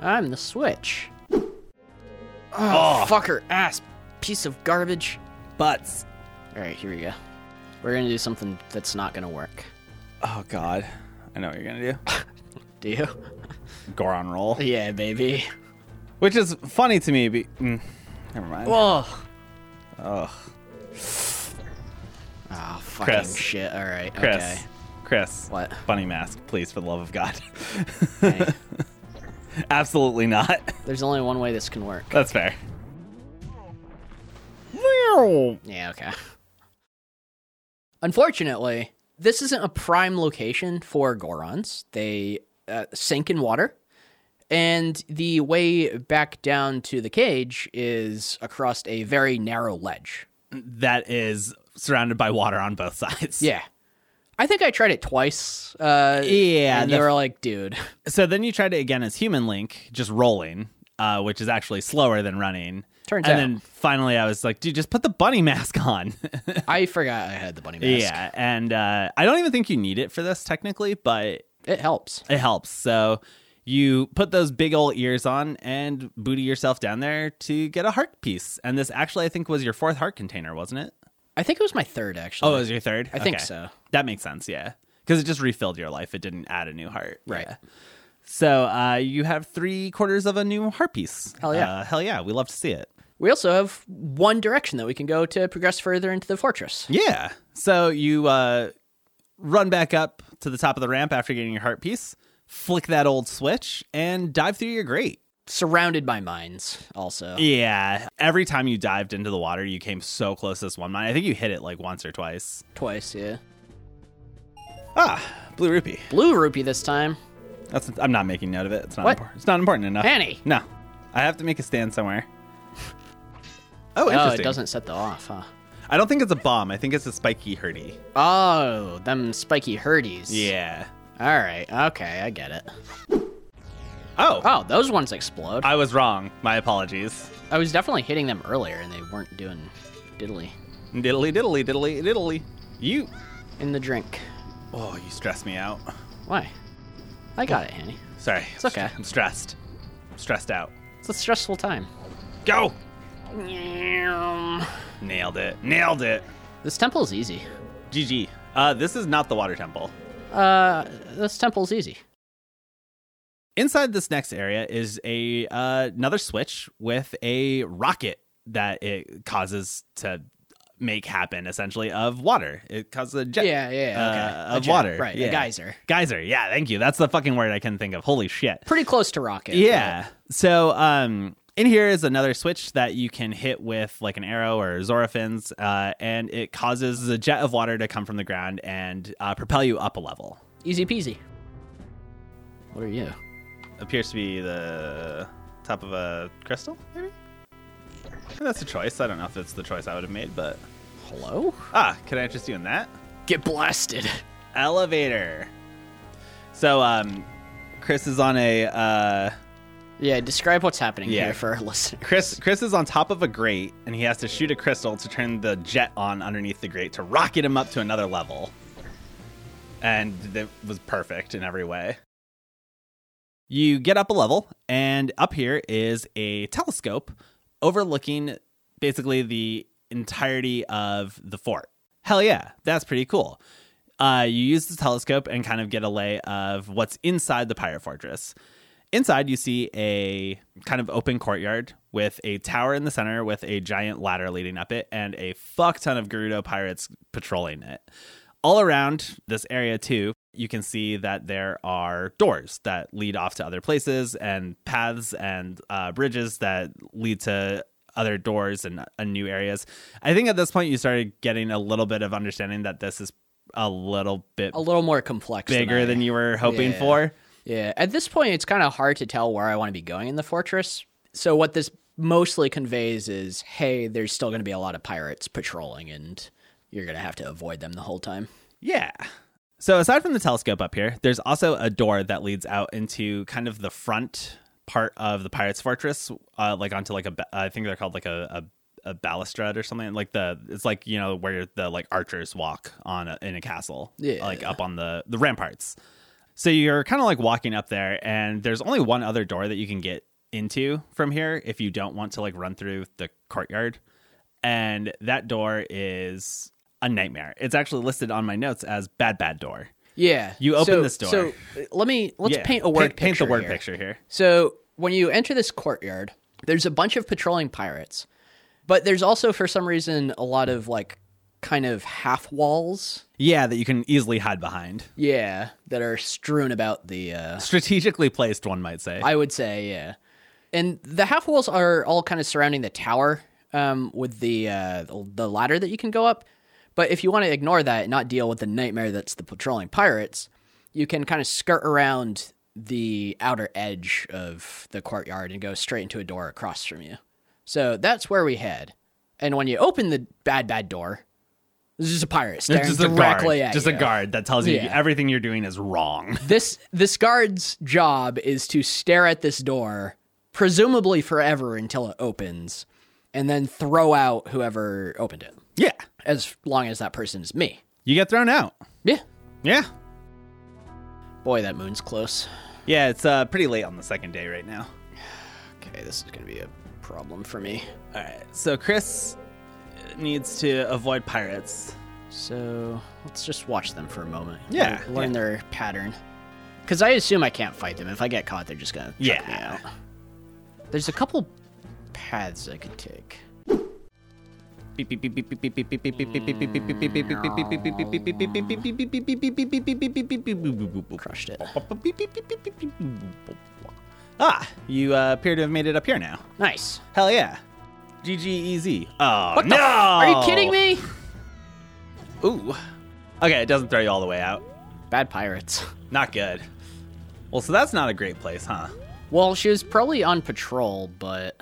S2: I'm the switch.
S1: Oh,
S2: Fucker ass piece of garbage.
S1: butts.
S2: All right, here we go. We're gonna do something that's not gonna work. <laughs>
S1: Oh God, I know what you're gonna do.
S2: Do you?
S1: Goron roll,
S2: yeah, baby.
S1: which is funny to me. Be- mm, never mind.
S2: Whoa.
S1: Ugh.
S2: Oh, fucking
S1: Chris.
S2: shit. All right.
S1: Chris,
S2: Okay.
S1: Chris,
S2: What?
S1: Bunny mask, please, for the love of God.
S2: Hey,
S1: <laughs> Absolutely not.
S2: there's only one way this can <laughs> work.
S1: That's fair. Meow.
S2: Yeah, okay. Unfortunately, this isn't a prime location for Gorons. They uh, sink in water, and the way back down to the cage is across a very narrow ledge.
S1: That is surrounded by water on both <laughs> sides.
S2: Yeah. I think I tried it twice. Uh,
S1: Yeah,
S2: And
S1: the-
S2: they were like, dude.
S1: So then you tried it again as human link, just rolling, uh, which is actually slower than running.
S2: Turns
S1: and
S2: out.
S1: then finally I was like, dude, just put the bunny <laughs> mask on.
S2: I <laughs> forgot I had the bunny mask.
S1: yeah. And uh, I don't even think you need it for this technically, but
S2: It helps.
S1: it helps. So you put those big old ears on and booty yourself down there to get a heart piece. And this actually, I think, was your fourth heart container, wasn't it?
S2: I think it was my third, actually.
S1: Oh, it was your third?
S2: I think so.
S1: That makes sense, yeah. Because it just refilled your life. It didn't add a new heart.
S2: Right.
S1: Yeah. So uh, you have three quarters of a new heart piece.
S2: Hell yeah.
S1: Uh, hell yeah. We love to see it.
S2: We also have one direction that we can go to progress further into the fortress.
S1: Yeah. So you uh, run back up to the top of the ramp after getting your heart piece, flick that old switch, and dive through your grate.
S2: Surrounded by mines, also.
S1: Yeah. Every time you dived into the water, you came so close to this one mine. I think you hit it like once or twice.
S2: Twice, yeah.
S1: Ah, blue rupee.
S2: Blue rupee this time.
S1: That's I'm not making note of it. It's not
S2: What?
S1: important. It's not important enough.
S2: Annie!
S1: No. I have to make a stand somewhere. <laughs> Oh,
S2: Oh,
S1: interesting.
S2: it doesn't set the off, huh?
S1: I don't think it's a bomb. I think it's a spiky hurdy.
S2: Oh, them spiky herdies.
S1: Yeah.
S2: All right. Okay, I get it.
S1: Oh,
S2: Oh, those ones explode. I,
S1: I was wrong. My apologies.
S2: was definitely hitting them earlier, and they weren't doing diddly.
S1: Diddly diddly diddly diddly. You
S2: In the drink.
S1: Oh, you stress me out.
S2: Why? I got it, Hanny.
S1: Sorry. It's
S2: okay.
S1: I'm stressed. I'm stressed out.
S2: It's a stressful time.
S1: Go!
S2: This
S1: Nailed it. Nailed it.
S2: temple's easy.
S1: GG. Uh, this is not the water temple.
S2: Uh, this temple's easy.
S1: Inside this next area is a uh, another switch with a rocket that it causes to make happen, essentially of water. It causes a jet.
S2: Yeah, yeah,
S1: uh,
S2: okay. A
S1: of
S2: jet,
S1: water.
S2: right, a
S1: yeah.
S2: geyser.
S1: Geyser. Yeah, thank you. That's the fucking word I can think of. Holy shit.
S2: Pretty close to rocket.
S1: Yeah. So um in here is another switch that you can hit with like an arrow or Zorafins, uh, and it causes a jet of water to come from the ground and uh, propel you up a level.
S2: but Easy peasy. What are you?
S1: Appears to be the top of a crystal, maybe? And that's a choice. I don't know if it's the choice I would have made, but
S2: Hello?
S1: ah, can I interest you in that?
S2: Get blasted.
S1: Elevator. So um Chris is on a uh
S2: Yeah, describe what's happening
S1: Yeah.
S2: here for our <laughs> listeners.
S1: Chris Chris is on top of a grate and he has to shoot a crystal to turn the jet on underneath the grate to rocket him up to another level. And that was perfect in every way. You get up a level and up here is a telescope overlooking basically the entirety of the fort. Hell yeah, that's pretty cool. Uh, you use the telescope and kind of get a lay of what's inside the pirate fortress. Inside, you see a kind of open courtyard with a tower in the center with a giant ladder leading up it and a fuck ton of Gerudo pirates patrolling it. All around this area, too, you can see that there are doors that lead off to other places and paths and uh, bridges that lead to other doors and uh, new areas. I think at this point, you started getting a little bit of understanding that this is a little bit
S2: a little more complex
S1: bigger
S2: I-
S1: than you
S2: <laughs>
S1: were hoping
S2: Yeah.
S1: for.
S2: yeah at this point it's kind of hard to tell where i want to be going in the fortress so what this mostly conveys is hey there's still going to be a lot of pirates patrolling and you're going to have to avoid them the whole time
S1: Yeah. So aside from the telescope up here, there's also a door that leads out into kind of the front part of the pirates' fortress, uh, like onto like a ba- I think they're called like a, a a balustrade or something. Like the it's like you know where the like archers walk on a, in a castle,
S2: Yeah.
S1: like up on the the ramparts. So you're kind of like walking up there, and there's only one other door that you can get into from here if you don't want to like run through the courtyard. And that door is a nightmare. It's actually listed on my notes as bad, bad door.
S2: yeah
S1: You open
S2: so-
S1: this door.
S2: so uh, let me let's
S1: Yeah.
S2: paint a word
S1: paint, paint the
S2: picture
S1: word
S2: here.
S1: picture here.
S2: So when you enter this courtyard, there's a bunch of patrolling pirates, but there's also for some reason a lot of like kind of half walls,
S1: Yeah, that you can easily hide behind.
S2: yeah, that are strewn about the. Uh,
S1: Strategically placed, one might say.
S2: I would say, yeah, and the half walls are all kind of surrounding the tower um, with the uh, the ladder that you can go up. But if you want to ignore that and not deal with the nightmare that's the patrolling pirates, you can kind of skirt around the outer edge of the courtyard and go straight into a door across from you. So that's where we head. And when you open the bad bad door, there's just a pirate staring
S1: It's just a
S2: directly
S1: guard,
S2: at
S1: just
S2: you.
S1: a guard that tells you
S2: Yeah.
S1: everything you're doing is wrong.
S2: This this guard's job is to stare at this door, presumably forever until it opens, and then throw out whoever opened it.
S1: yeah,
S2: As long as that person is me.
S1: you get thrown out.
S2: Yeah.
S1: Yeah,
S2: Boy, that moon's close.
S1: yeah. It's uh, pretty late on the second day right now.
S2: Okay, this is gonna be a problem for me.
S1: All right, so Chris needs to avoid pirates.
S2: So let's just watch them for a moment.
S1: Yeah,
S2: Learn
S1: yeah.
S2: their pattern. Because I assume I can't fight them. If I get caught, they're just going to chuck me
S1: Yeah.
S2: out. There's a couple paths I could take. Crushed it.
S1: Ah, you uh, appear to have made it up here now.
S2: Nice.
S1: Hell yeah. GGEZ. Oh,
S2: What
S1: no!
S2: the f- Are you kidding me?
S1: Ooh. Okay, it doesn't throw you all the way out.
S2: Bad pirates.
S1: Not good. Well, so that's not a great place, huh?
S2: Well, she was probably on patrol, but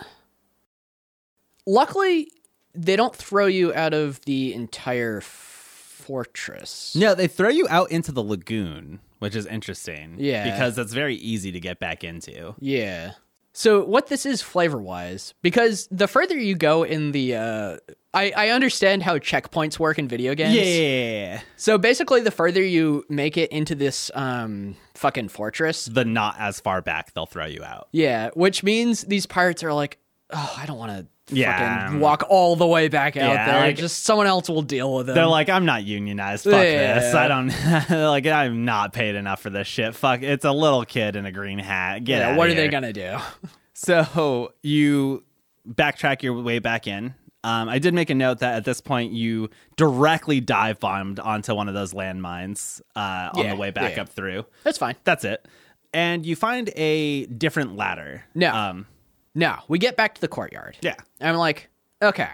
S2: luckily they don't throw you out of the entire f- fortress.
S1: No, they throw you out into the lagoon, which is interesting.
S2: Yeah.
S1: Because that's very easy to get back into.
S2: Yeah. So what this is flavor wise, because the further you go in the, uh, I I understand how checkpoints work in video games.
S1: Yeah.
S2: So basically, the further you make it into this um fucking fortress,
S1: The not as far back, they'll throw you out.
S2: yeah, which means these pirates are like, oh, I don't want to
S1: Yeah.
S2: fucking walk all the way back out
S1: Yeah,
S2: there.
S1: like-
S2: Just someone else will deal with them.
S1: They're like, I'm not unionized. Fuck this. I don't <laughs> like. I'm not paid enough for this shit. Fuck. It's a little kid in a green hat. Get
S2: yeah,
S1: outta
S2: what are they
S1: here.
S2: gonna do? <laughs>
S1: So you backtrack your way back in. Um, I did make a note that at this point you directly dive bombed onto one of those landmines uh, on
S2: Yeah,
S1: the way back
S2: yeah.
S1: up through.
S2: That's fine.
S1: That's it. And you find a different ladder.
S2: No.
S1: Um,
S2: No, we get back to the courtyard.
S1: yeah.
S2: I'm like, okay.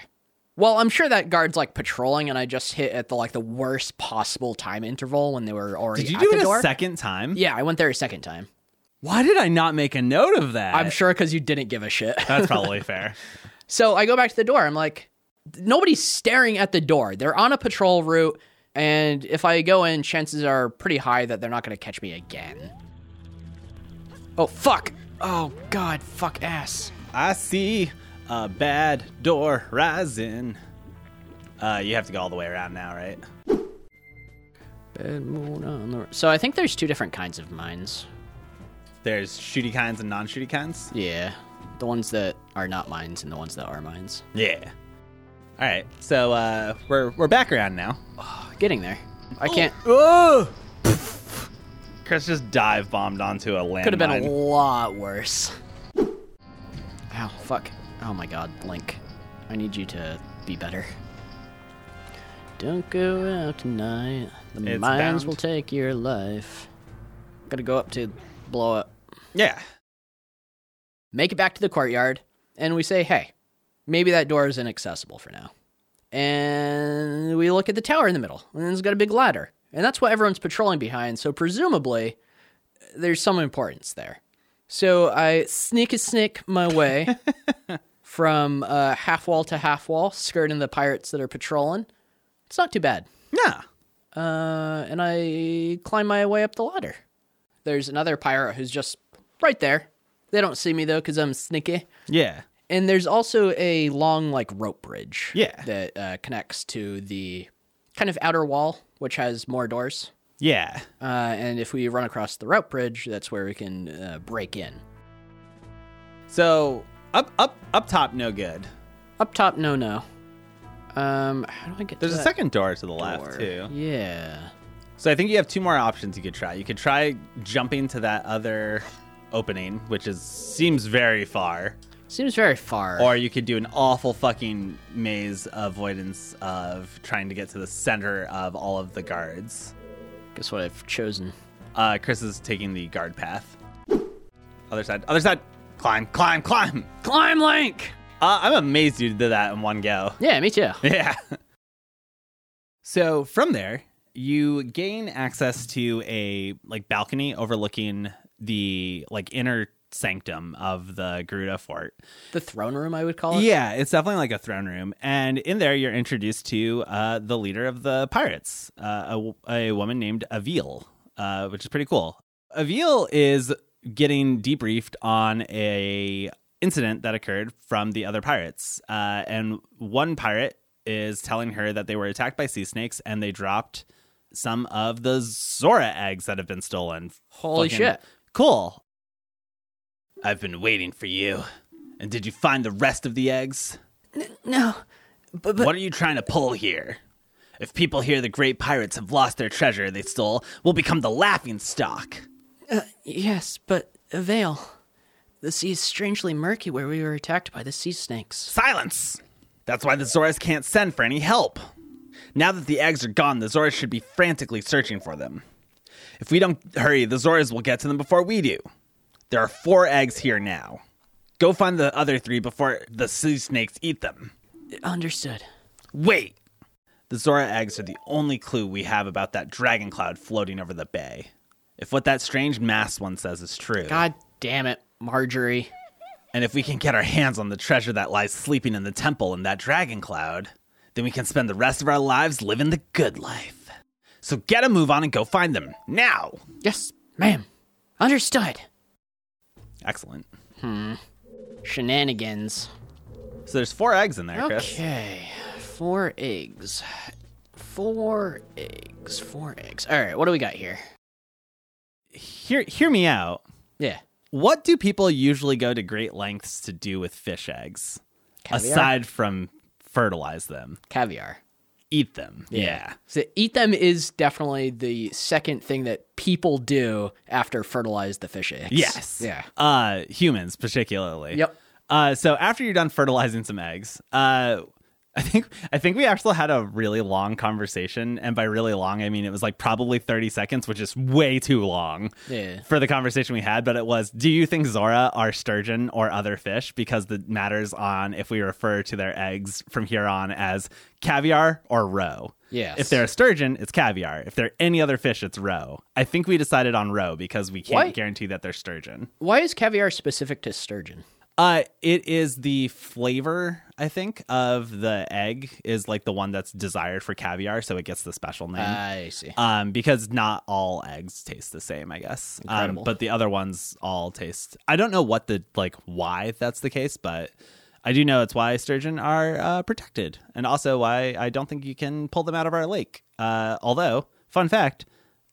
S2: Well, I'm sure that guard's like patrolling, and I just hit at the like the worst possible time interval when they were already
S1: Did you
S2: at
S1: do
S2: the
S1: it
S2: door.
S1: a second time?
S2: yeah, I went there a second time.
S1: Why did I not make a note of that?
S2: I'm sure because you didn't give a shit.
S1: <laughs>
S2: <laughs>
S1: That's probably fair.
S2: so I go back to the door. I'm like, nobody's staring at the door. They're on a patrol route, and if I go in, chances are pretty high that they're not going to catch me again. Oh fuck! Oh god, fuck ass.
S1: <laughs> I see a bad door rising. Uh, you have to go all the way around now, right?
S2: Bad moon on the- So I think there's two different kinds of mines.
S1: There's shooty kinds and non-shooty kinds.
S2: Yeah. The ones that are not mines and the ones that are mines.
S1: Yeah. All right. So uh, we're we're back around now.
S2: Getting there. I can't.
S1: Oh. Chris just dive bombed onto a landmine.
S2: Could have been a lot worse. Ow, fuck. Oh my god, Link. I need you to be better. Don't go out tonight. The
S1: It's
S2: mines
S1: bound.
S2: will take your life. Gotta go up to blow up.
S1: Yeah.
S2: Make it back to the courtyard, and we say, hey, maybe that door is inaccessible for now. And we look at the tower in the middle, and it's got a big ladder. And that's what everyone's patrolling behind, so presumably there's some importance there. So I sneak a snick my way from uh, half wall to half wall, skirting the pirates that are patrolling. It's not too bad.
S1: Yeah.
S2: Uh, and I climb my way up the ladder. There's another pirate who's just right there. They don't see me though because I'm sneaky.
S1: Yeah.
S2: And there's also a long like rope bridge.
S1: Yeah.
S2: That uh, connects to the kind of outer wall, which has more doors.
S1: Yeah.
S2: Uh, and if we run across the rope bridge, that's where we can uh, break in.
S1: So up up up top no good.
S2: Up top, no, no. Um, how do I get?
S1: There's
S2: to
S1: a
S2: that
S1: second door to the
S2: door?
S1: left too.
S2: Yeah.
S1: So I think you have two more options you could try. You could try jumping to that other opening, which is seems very far,
S2: Seems very far.
S1: or you could do an awful fucking maze avoidance of trying to get to the center of all of the guards.
S2: Guess what I've chosen.
S1: Uh, Chris is taking the guard path. Other side, other side. Climb, climb, climb.
S2: Climb Link.
S1: Uh, I'm amazed you did that in one go.
S2: Yeah, me too.
S1: <laughs> Yeah. So from there, you gain access to a like balcony overlooking the like inner sanctum of the Garuda fort.
S2: The throne room, I would call it.
S1: Yeah, it's definitely like a throne room, and in there you're introduced to uh, the leader of the pirates, uh, a, w- a woman named Avil, uh, which is pretty cool. Avil is getting debriefed on a incident that occurred from the other pirates, uh, and one pirate is telling her that they were attacked by sea snakes and they dropped some of the Zora eggs that have been stolen.
S2: Holy
S1: Fucking
S2: shit.
S1: Cool. I've been waiting for you. And did you find the rest of the eggs?
S2: No, but, but
S1: what are you trying to pull here? If people hear the great pirates have lost their treasure they stole, we'll become the laughing stock.
S2: yes, but a veil. The sea is strangely murky where we were attacked by the sea snakes.
S1: Silence! That's why the Zoras can't send for any help. Now that the eggs are gone, the Zoras should be frantically searching for them. If we don't hurry, the Zoras will get to them before we do. There are four eggs here now. Go find the other three before the sea snakes eat them.
S2: Understood.
S1: Wait! The Zora eggs are the only clue we have about that dragon cloud floating over the bay. If what that strange mass one says is true,
S2: God damn it, Marjorie.
S1: and if we can get our hands on the treasure that lies sleeping in the temple in that dragon cloud, then we can spend the rest of our lives living the good life. So get a move on and go find them now!
S2: Yes, ma'am. Understood.
S1: Excellent.
S2: Shenanigans.
S1: So there's four eggs in there, Chris.
S2: Okay, four eggs. Four eggs. Four eggs. All right, what do we got here?
S1: Hear, hear me out.
S2: Yeah.
S1: What do people usually go to great lengths to do with fish eggs,
S2: Caviar.
S1: aside from fertilize them?
S2: Caviar.
S1: eat them. Yeah.
S2: So eat them is definitely the second thing that people do after fertilize the fish eggs.
S1: Yes.
S2: Yeah.
S1: Uh, humans particularly.
S2: Yep.
S1: Uh, so after you're done fertilizing some eggs, uh, I think I think we actually had a really long conversation, and by really long, I mean it was like probably 30 seconds, which is way too long
S2: Yeah.
S1: for the conversation we had. But it was, do you think Zora are sturgeon or other fish? Because the matters on if we refer to their eggs from here on as caviar or roe.
S2: Yes.
S1: If they're a sturgeon, it's caviar. If they're any other fish, it's roe. I think we decided on roe because we can't
S2: Why-
S1: guarantee that they're sturgeon.
S2: Why is caviar specific to sturgeon?
S1: Uh, it is the flavor, I think, of the egg is like the one that's desired for caviar, so it gets the special name.
S2: I see.
S1: um, because not all eggs taste the same, I guess. Um,
S2: Incredible.
S1: but the other ones all taste. I don't know what the like why that's the case, but I do know it's why sturgeon are uh, protected, and also why I don't think you can pull them out of our lake. Uh, although, fun fact.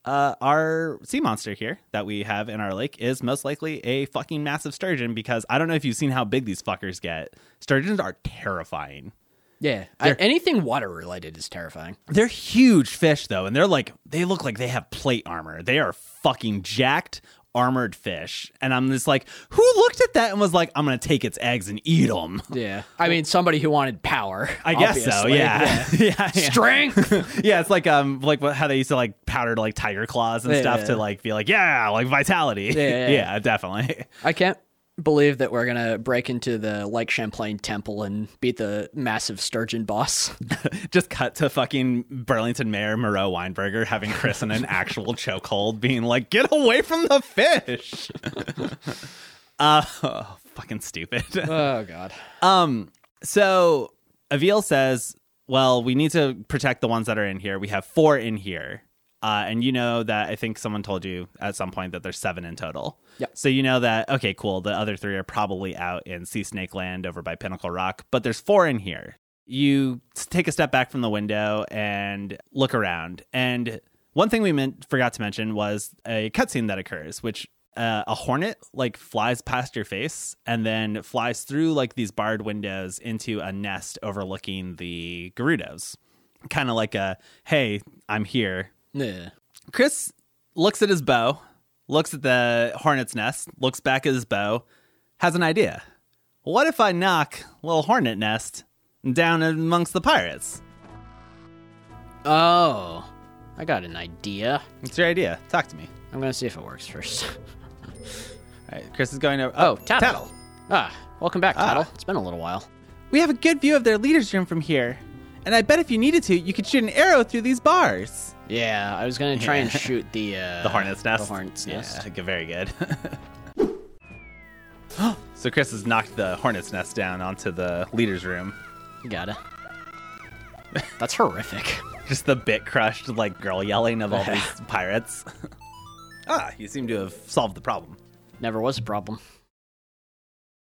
S1: Uh, our sea monster here that we have in our lake is most likely a fucking massive sturgeon because I don't know if you've seen how big these fuckers get. Sturgeons are terrifying.
S2: Yeah. I, anything water related is terrifying.
S1: They're huge fish though, and they're like they look like they have plate armor. They are fucking jacked, armored fish. And I'm just like, who looked at that and was like, I'm going to take its eggs and eat them?
S2: Yeah. I mean, somebody who wanted power.
S1: I guess so.
S2: obviously.
S1: Yeah. yeah. <laughs> yeah. <laughs>
S2: Strength.
S1: yeah, it's like um like what, how they used to like powder like tiger claws and
S2: Yeah.
S1: stuff to like be like yeah like vitality.
S2: Yeah,
S1: <laughs>
S2: yeah, yeah.
S1: definitely.
S2: I can't believe that we're gonna break into the Lake Champlain temple and beat the massive sturgeon boss.
S1: Just cut to fucking Burlington Mayor Moreau Weinberger having Chris in an actual chokehold, being like, "Get away from the fish." uh, <laughs> oh, fucking stupid.
S2: oh god.
S1: Um, so Avil says, "Well, we need to protect the ones that are in here. We have four in here." Uh, and you know that I think someone told you at some point that there's seven in total.
S2: Yep.
S1: So you know that okay, cool. The other three are probably out in Sea Snake Land over by Pinnacle Rock, but there's four in here. You s- take a step back from the window and look around. And one thing we meant forgot to mention was a cutscene that occurs, which uh, a hornet like flies past your face and then flies through like these barred windows into a nest overlooking the Gerudos. Kind of like a hey, I'm here.
S2: Yeah.
S1: Chris looks at his bow, looks at the hornet's nest, looks back at his bow, has an idea. What if I knock little hornet nest down amongst the pirates?
S2: Oh. I got an idea.
S1: What's your idea? Talk to me.
S2: I'm gonna see if it works first.
S1: All right, Chris is going over.
S2: Oh, Tattle. Ah, welcome back, Tattle. It's been a little while.
S1: We have a good view of their leader's room from here, and I bet if you needed to, you could shoot an arrow through these bars.
S2: Yeah, I was gonna try and shoot <laughs> the uh,
S1: The hornet's nest.
S2: The hornet's nest.
S1: Yeah, good- <laughs> very good. <gasps> so Chris has knocked the hornet's nest down onto the leader's room.
S2: You gotta. That's horrific.
S1: Just the bit crushed like girl yelling of
S2: <laughs>
S1: all these pirates. <laughs> ah, you seem to have solved the problem.
S2: Never was a problem.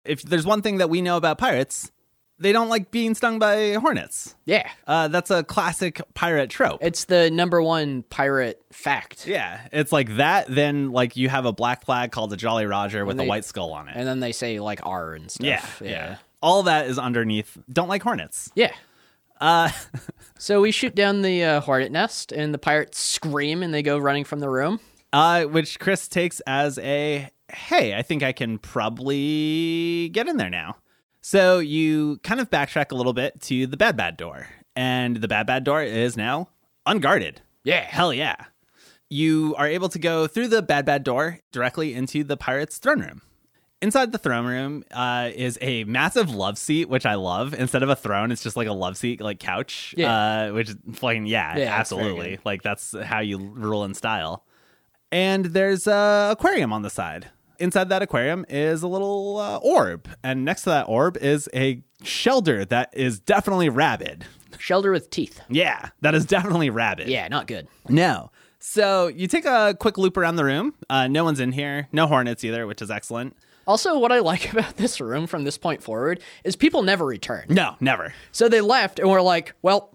S1: If there's one thing that we know about pirates, they don't like being stung by hornets.
S2: Yeah,
S1: Uh, that's a classic pirate trope.
S2: it's the number one pirate fact.
S1: yeah, it's like that. Then like you have a black flag called the Jolly Roger with
S2: And
S1: a
S2: they-
S1: white skull on it.
S2: And then they say like R and stuff.
S1: yeah, yeah. All that is underneath. Don't like hornets.
S2: Yeah.
S1: Uh,
S2: So we shoot down the uh, hornet nest, and the pirates scream, and they go running from the room.
S1: uh, which Chris takes as a hey, I think I can probably get in there now. So you kind of backtrack a little bit to the bad bad door, and the bad bad door is now unguarded.
S2: Yeah.
S1: hell yeah! You are able to go through the bad bad door directly into the pirate's throne room. Inside the throne room uh, is a massive love seat, which I love. Instead of a throne, it's just like a love seat, like couch.
S2: Yeah.
S1: uh, which is fucking yeah,
S2: Yeah, that's very
S1: absolutely. Like that's how you rule in style. And there's a aquarium on the side. Inside that aquarium is a little uh, orb, and next to that orb is a shelter that is definitely rabid.
S2: Shelter with teeth.
S1: Yeah, that is definitely rabid.
S2: Yeah, not good.
S1: No. So you take a quick loop around the room. Uh, no one's in here. No hornets either, which is excellent.
S2: Also, what I like <laughs> about this room from this point forward is people never return.
S1: No, never.
S2: So they left, and we're like, well,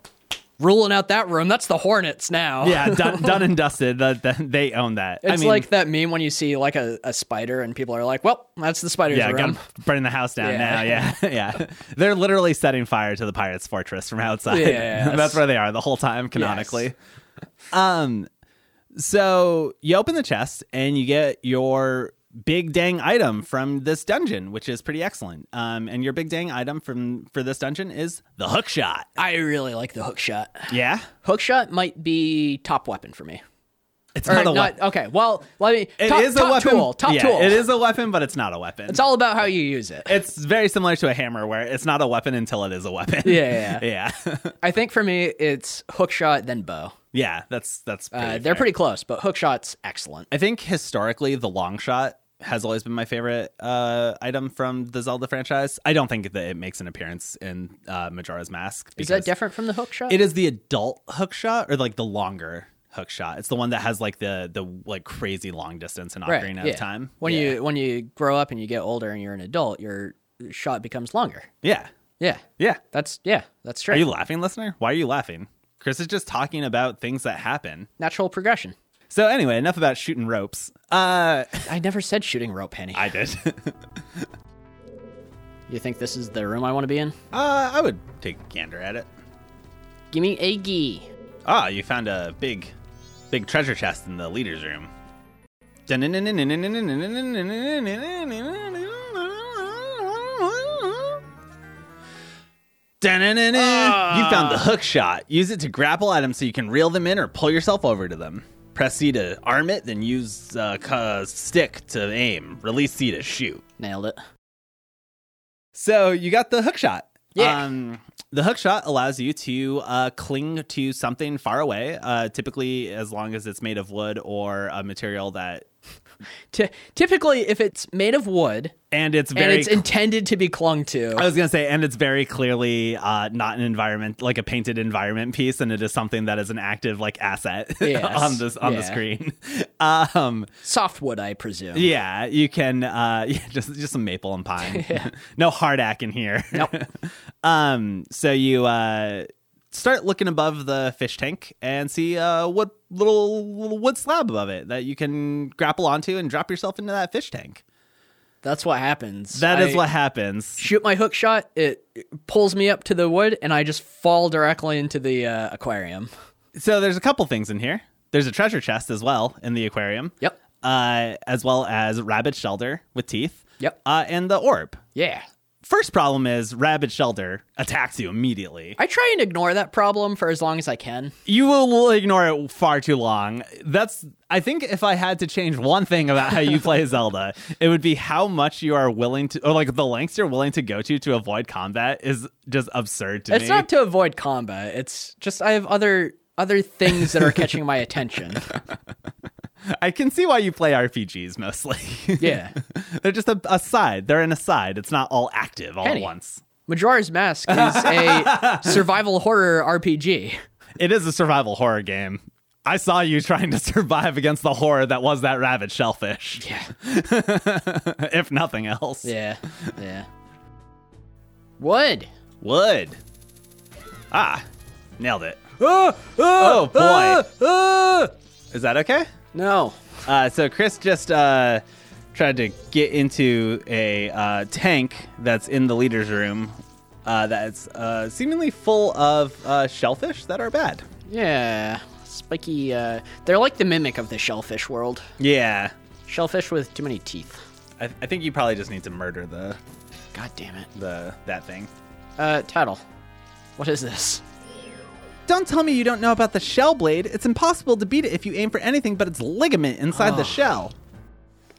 S2: ruling out that room. That's the hornets now.
S1: Yeah, <laughs> done, done and dusted. That that- they own that. I
S2: It's
S1: mean,
S2: like that meme when you see like a, a spider and people are like, "Well, that's the spider's
S1: yeah,
S2: room."
S1: gotta burn the house down
S2: Yeah.
S1: now. Yeah, <laughs> yeah. They're literally setting fire to the pirates' fortress from outside. <laughs>
S2: Yes.
S1: that's where they are the whole time, canonically. Um, so you open the chest and you get your big dang item from this dungeon, which is pretty excellent. Um, and your big dang item from for this dungeon is the hook shot.
S2: I really like the hook shot.
S1: Yeah,
S2: Hook shot might be top weapon for me.
S1: it's
S2: Or
S1: not a
S2: not-
S1: weapon.
S2: okay, well, let me.
S1: It is
S2: top, top
S1: a weapon.
S2: tool. Top
S1: yeah,
S2: tool.
S1: It is a weapon, but it's not a weapon.
S2: It's all about how you use it.
S1: it's very similar to a hammer where it's not a weapon until it is a weapon.
S2: Yeah,
S1: yeah. <laughs> Yeah.
S2: I think for me, it's hook shot then bow.
S1: yeah, that's that's pretty
S2: Uh,
S1: fair.
S2: they're pretty close, but hook shot's excellent.
S1: I think historically the long shot has always been my favorite uh, item from the Zelda franchise. I don't think that it makes an appearance in uh, Majora's Mask.
S2: Is
S1: because
S2: that different from the hook shot?
S1: It is the adult hook shot or like the longer hook shot. It's the one that has like the the like crazy long distance in
S2: right,
S1: Ocarina
S2: yeah.
S1: of Time.
S2: When
S1: yeah.
S2: you when you grow up and you get older and you're an adult, your shot becomes longer.
S1: yeah
S2: Yeah,
S1: yeah.
S2: that's yeah, that's true.
S1: Are you laughing, listener? Why are you laughing? Chris is just talking about things that happen.
S2: Natural progression.
S1: So anyway, enough about shooting ropes. Uh,
S2: I never said shooting rope, Penny.
S1: I did.
S2: You think this is the room I want to be in?
S1: <laughs> uh, I would take a gander at it.
S2: Give me a gi.
S1: Ah, you found a big, big treasure chest in the leader's room. You found the hook shot. Use it to grapple items so you can reel them in or pull yourself over to them. Press C to arm it, then use uh, ca- stick to aim. Release C to shoot.
S2: Nailed it.
S1: So you got the hook shot.
S2: Yeah.
S1: Um, the hook shot allows you to uh, cling to something far away, uh, typically as long as it's made of wood or a material that,
S2: Ty- typically, if it's made of wood
S1: and it's
S2: and
S1: very.
S2: it's intended to be clung to,
S1: I was gonna say, and it's very clearly uh, not an environment like a painted environment piece, and it is something that is an active like asset <laughs>
S2: Yes.
S1: on this on the
S2: Yeah.
S1: screen. <laughs> Um,
S2: soft wood, I presume.
S1: Yeah, you can uh <laughs> yeah, just just some maple and
S2: <laughs>
S1: pine. no hardack in here.
S2: Nope.
S1: um so you uh start looking above the fish tank and see uh what little, little wood slab above it that you can grapple onto and drop yourself into that fish tank.
S2: That's what happens.
S1: That is
S2: I
S1: what happens.
S2: shoot my hook shot. It it pulls me up to the wood, and I just fall directly into the uh, aquarium.
S1: So there's a couple things in here. There's a treasure chest as well in the aquarium.
S2: Yep.
S1: Uh as well as rabbit shelter with teeth.
S2: Yep.
S1: Uh and the orb.
S2: Yeah.
S1: First problem is rabbit shelter attacks you immediately.
S2: I try and ignore that problem for as long as I can.
S1: you will ignore it far too long. That's I think if I had to change one thing about how you
S2: <laughs>
S1: play Zelda, it would be how much you are willing to or like the lengths you're willing to go to to avoid combat is just absurd to
S2: It's
S1: me.
S2: not to avoid combat. It's just I have other other things that are catching my attention.
S1: I can see why you play RPGs mostly.
S2: Yeah.
S1: <laughs> They're just a, a side. They're an aside. It's not all active all
S2: Penny.
S1: at once.
S2: Majora's Mask is a survival horror RPG.
S1: It is a survival horror game. I saw you <laughs> trying to survive against the horror that was that rabbit shellfish.
S2: Yeah.
S1: <laughs> if nothing else.
S2: Yeah. Yeah. Wood.
S1: Wood. Ah, nailed it. oh boy. Is that okay?
S2: No.
S1: Uh, so Chris just uh, tried to get into a uh, tank that's in the leader's room uh, that's uh, seemingly full of uh, shellfish that are bad.
S2: Yeah. Spiky uh they're like the mimic of the shellfish world.
S1: Yeah.
S2: Shellfish with too many teeth.
S1: I, I think you probably just need to murder the,
S2: God damn it.
S1: the that thing.
S2: Uh Tattle. What is this?
S1: Don't tell me you don't know about the shell blade. It's impossible to beat it if you aim for anything but its ligament inside the shell.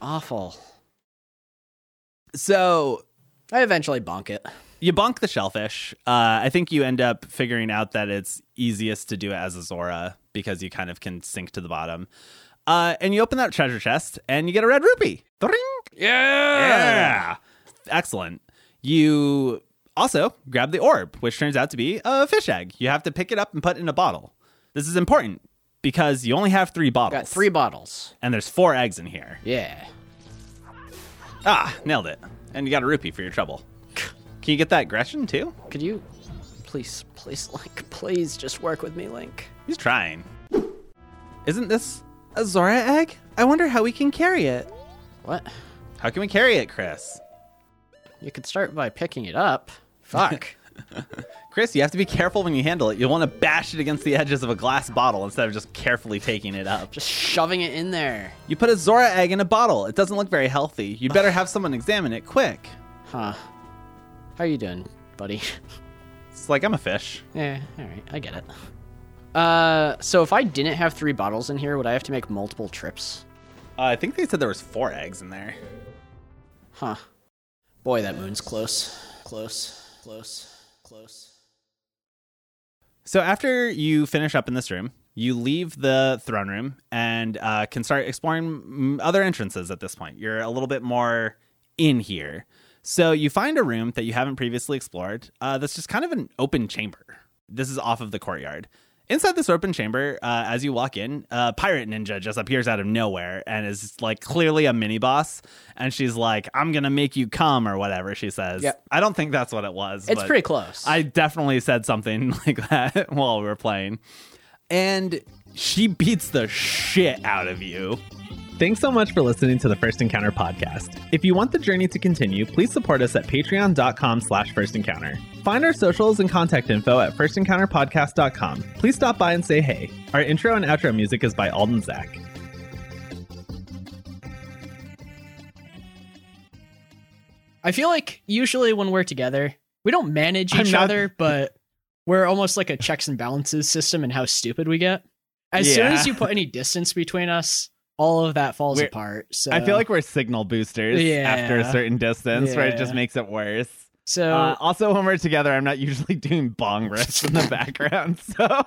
S2: Awful.
S1: So
S2: I eventually bonk it.
S1: you bonk the shellfish. Uh, I think you end up figuring out that it's easiest to do it as a Zora because you kind of can sink to the bottom. Uh, and you open that treasure chest and you get a red rupee. Dring! Yeah. Excellent. You also grab the orb, which turns out to be a fish egg. You have to pick it up and put it in a bottle. This is important because you only have three bottles.
S2: Got three bottles.
S1: And there's four eggs in here.
S2: Yeah.
S1: Ah, nailed it. And you got a rupee for your trouble. Can you get that Gretchen too?
S2: Could you please, please, <laughs> Link, please just work with me, Link?
S1: He's trying. Isn't this a Zora egg? I wonder how we can carry it.
S2: What?
S1: How can we carry it, Chris?
S2: You could start by picking it up. Fuck.
S1: Chris, you have to be careful when you handle it. You'll want to bash it against the edges of a glass bottle instead of just carefully taking it up.
S2: just shoving it in there.
S1: You put a Zora egg in a bottle. It doesn't look very healthy. You'd better have someone examine it quick.
S2: Huh. How you doing, buddy? <laughs>
S1: It's like I'm a fish.
S2: yeah, alright, I get it. Uh, so if I didn't have three bottles in here, would I have to make multiple trips?
S1: Uh, I think they said there was four eggs in there.
S2: Huh. Boy, that moon's close. Close. Close. Close.
S1: So after you finish up in this room, you leave the throne room and uh, can start exploring mm, other entrances at this point. You're a little bit more in here. So you find a room that you haven't previously explored uh, that's just kind of an open chamber. This is off of the courtyard. Inside this open chamber, uh, as you walk in, uh, Pirate Ninja just appears out of nowhere and is like clearly a mini boss. And she's like, I'm going to make you come or whatever she says.
S2: Yep.
S1: I don't think that's what it was.
S2: It's
S1: but-
S2: pretty close.
S1: I definitely said something <laughs> like that while we were playing. And she beats the shit out of you.
S3: Thanks so much for listening to the First Encounter podcast. If you want the journey to continue, please support us at patreon.com slash first encounter. Find our socials and contact info at firstencounterpodcast.com. Please stop by and say hey. Our intro and outro music is by Alden Zach.
S2: I feel like usually when we're together, we don't manage
S1: I'm
S2: each
S1: not-
S2: other, but we're almost like a checks and balances system and how stupid we get. As soon as
S1: Yeah.
S2: you put any distance between us, all of that falls
S1: We're-
S2: apart. So
S1: I feel like we're signal boosters after a
S2: Yeah.
S1: certain distance, where it just
S2: Yeah.
S1: makes it worse.
S2: so
S1: Uh, also, <laughs> when we're together, I'm not usually doing bong riffs in the background, so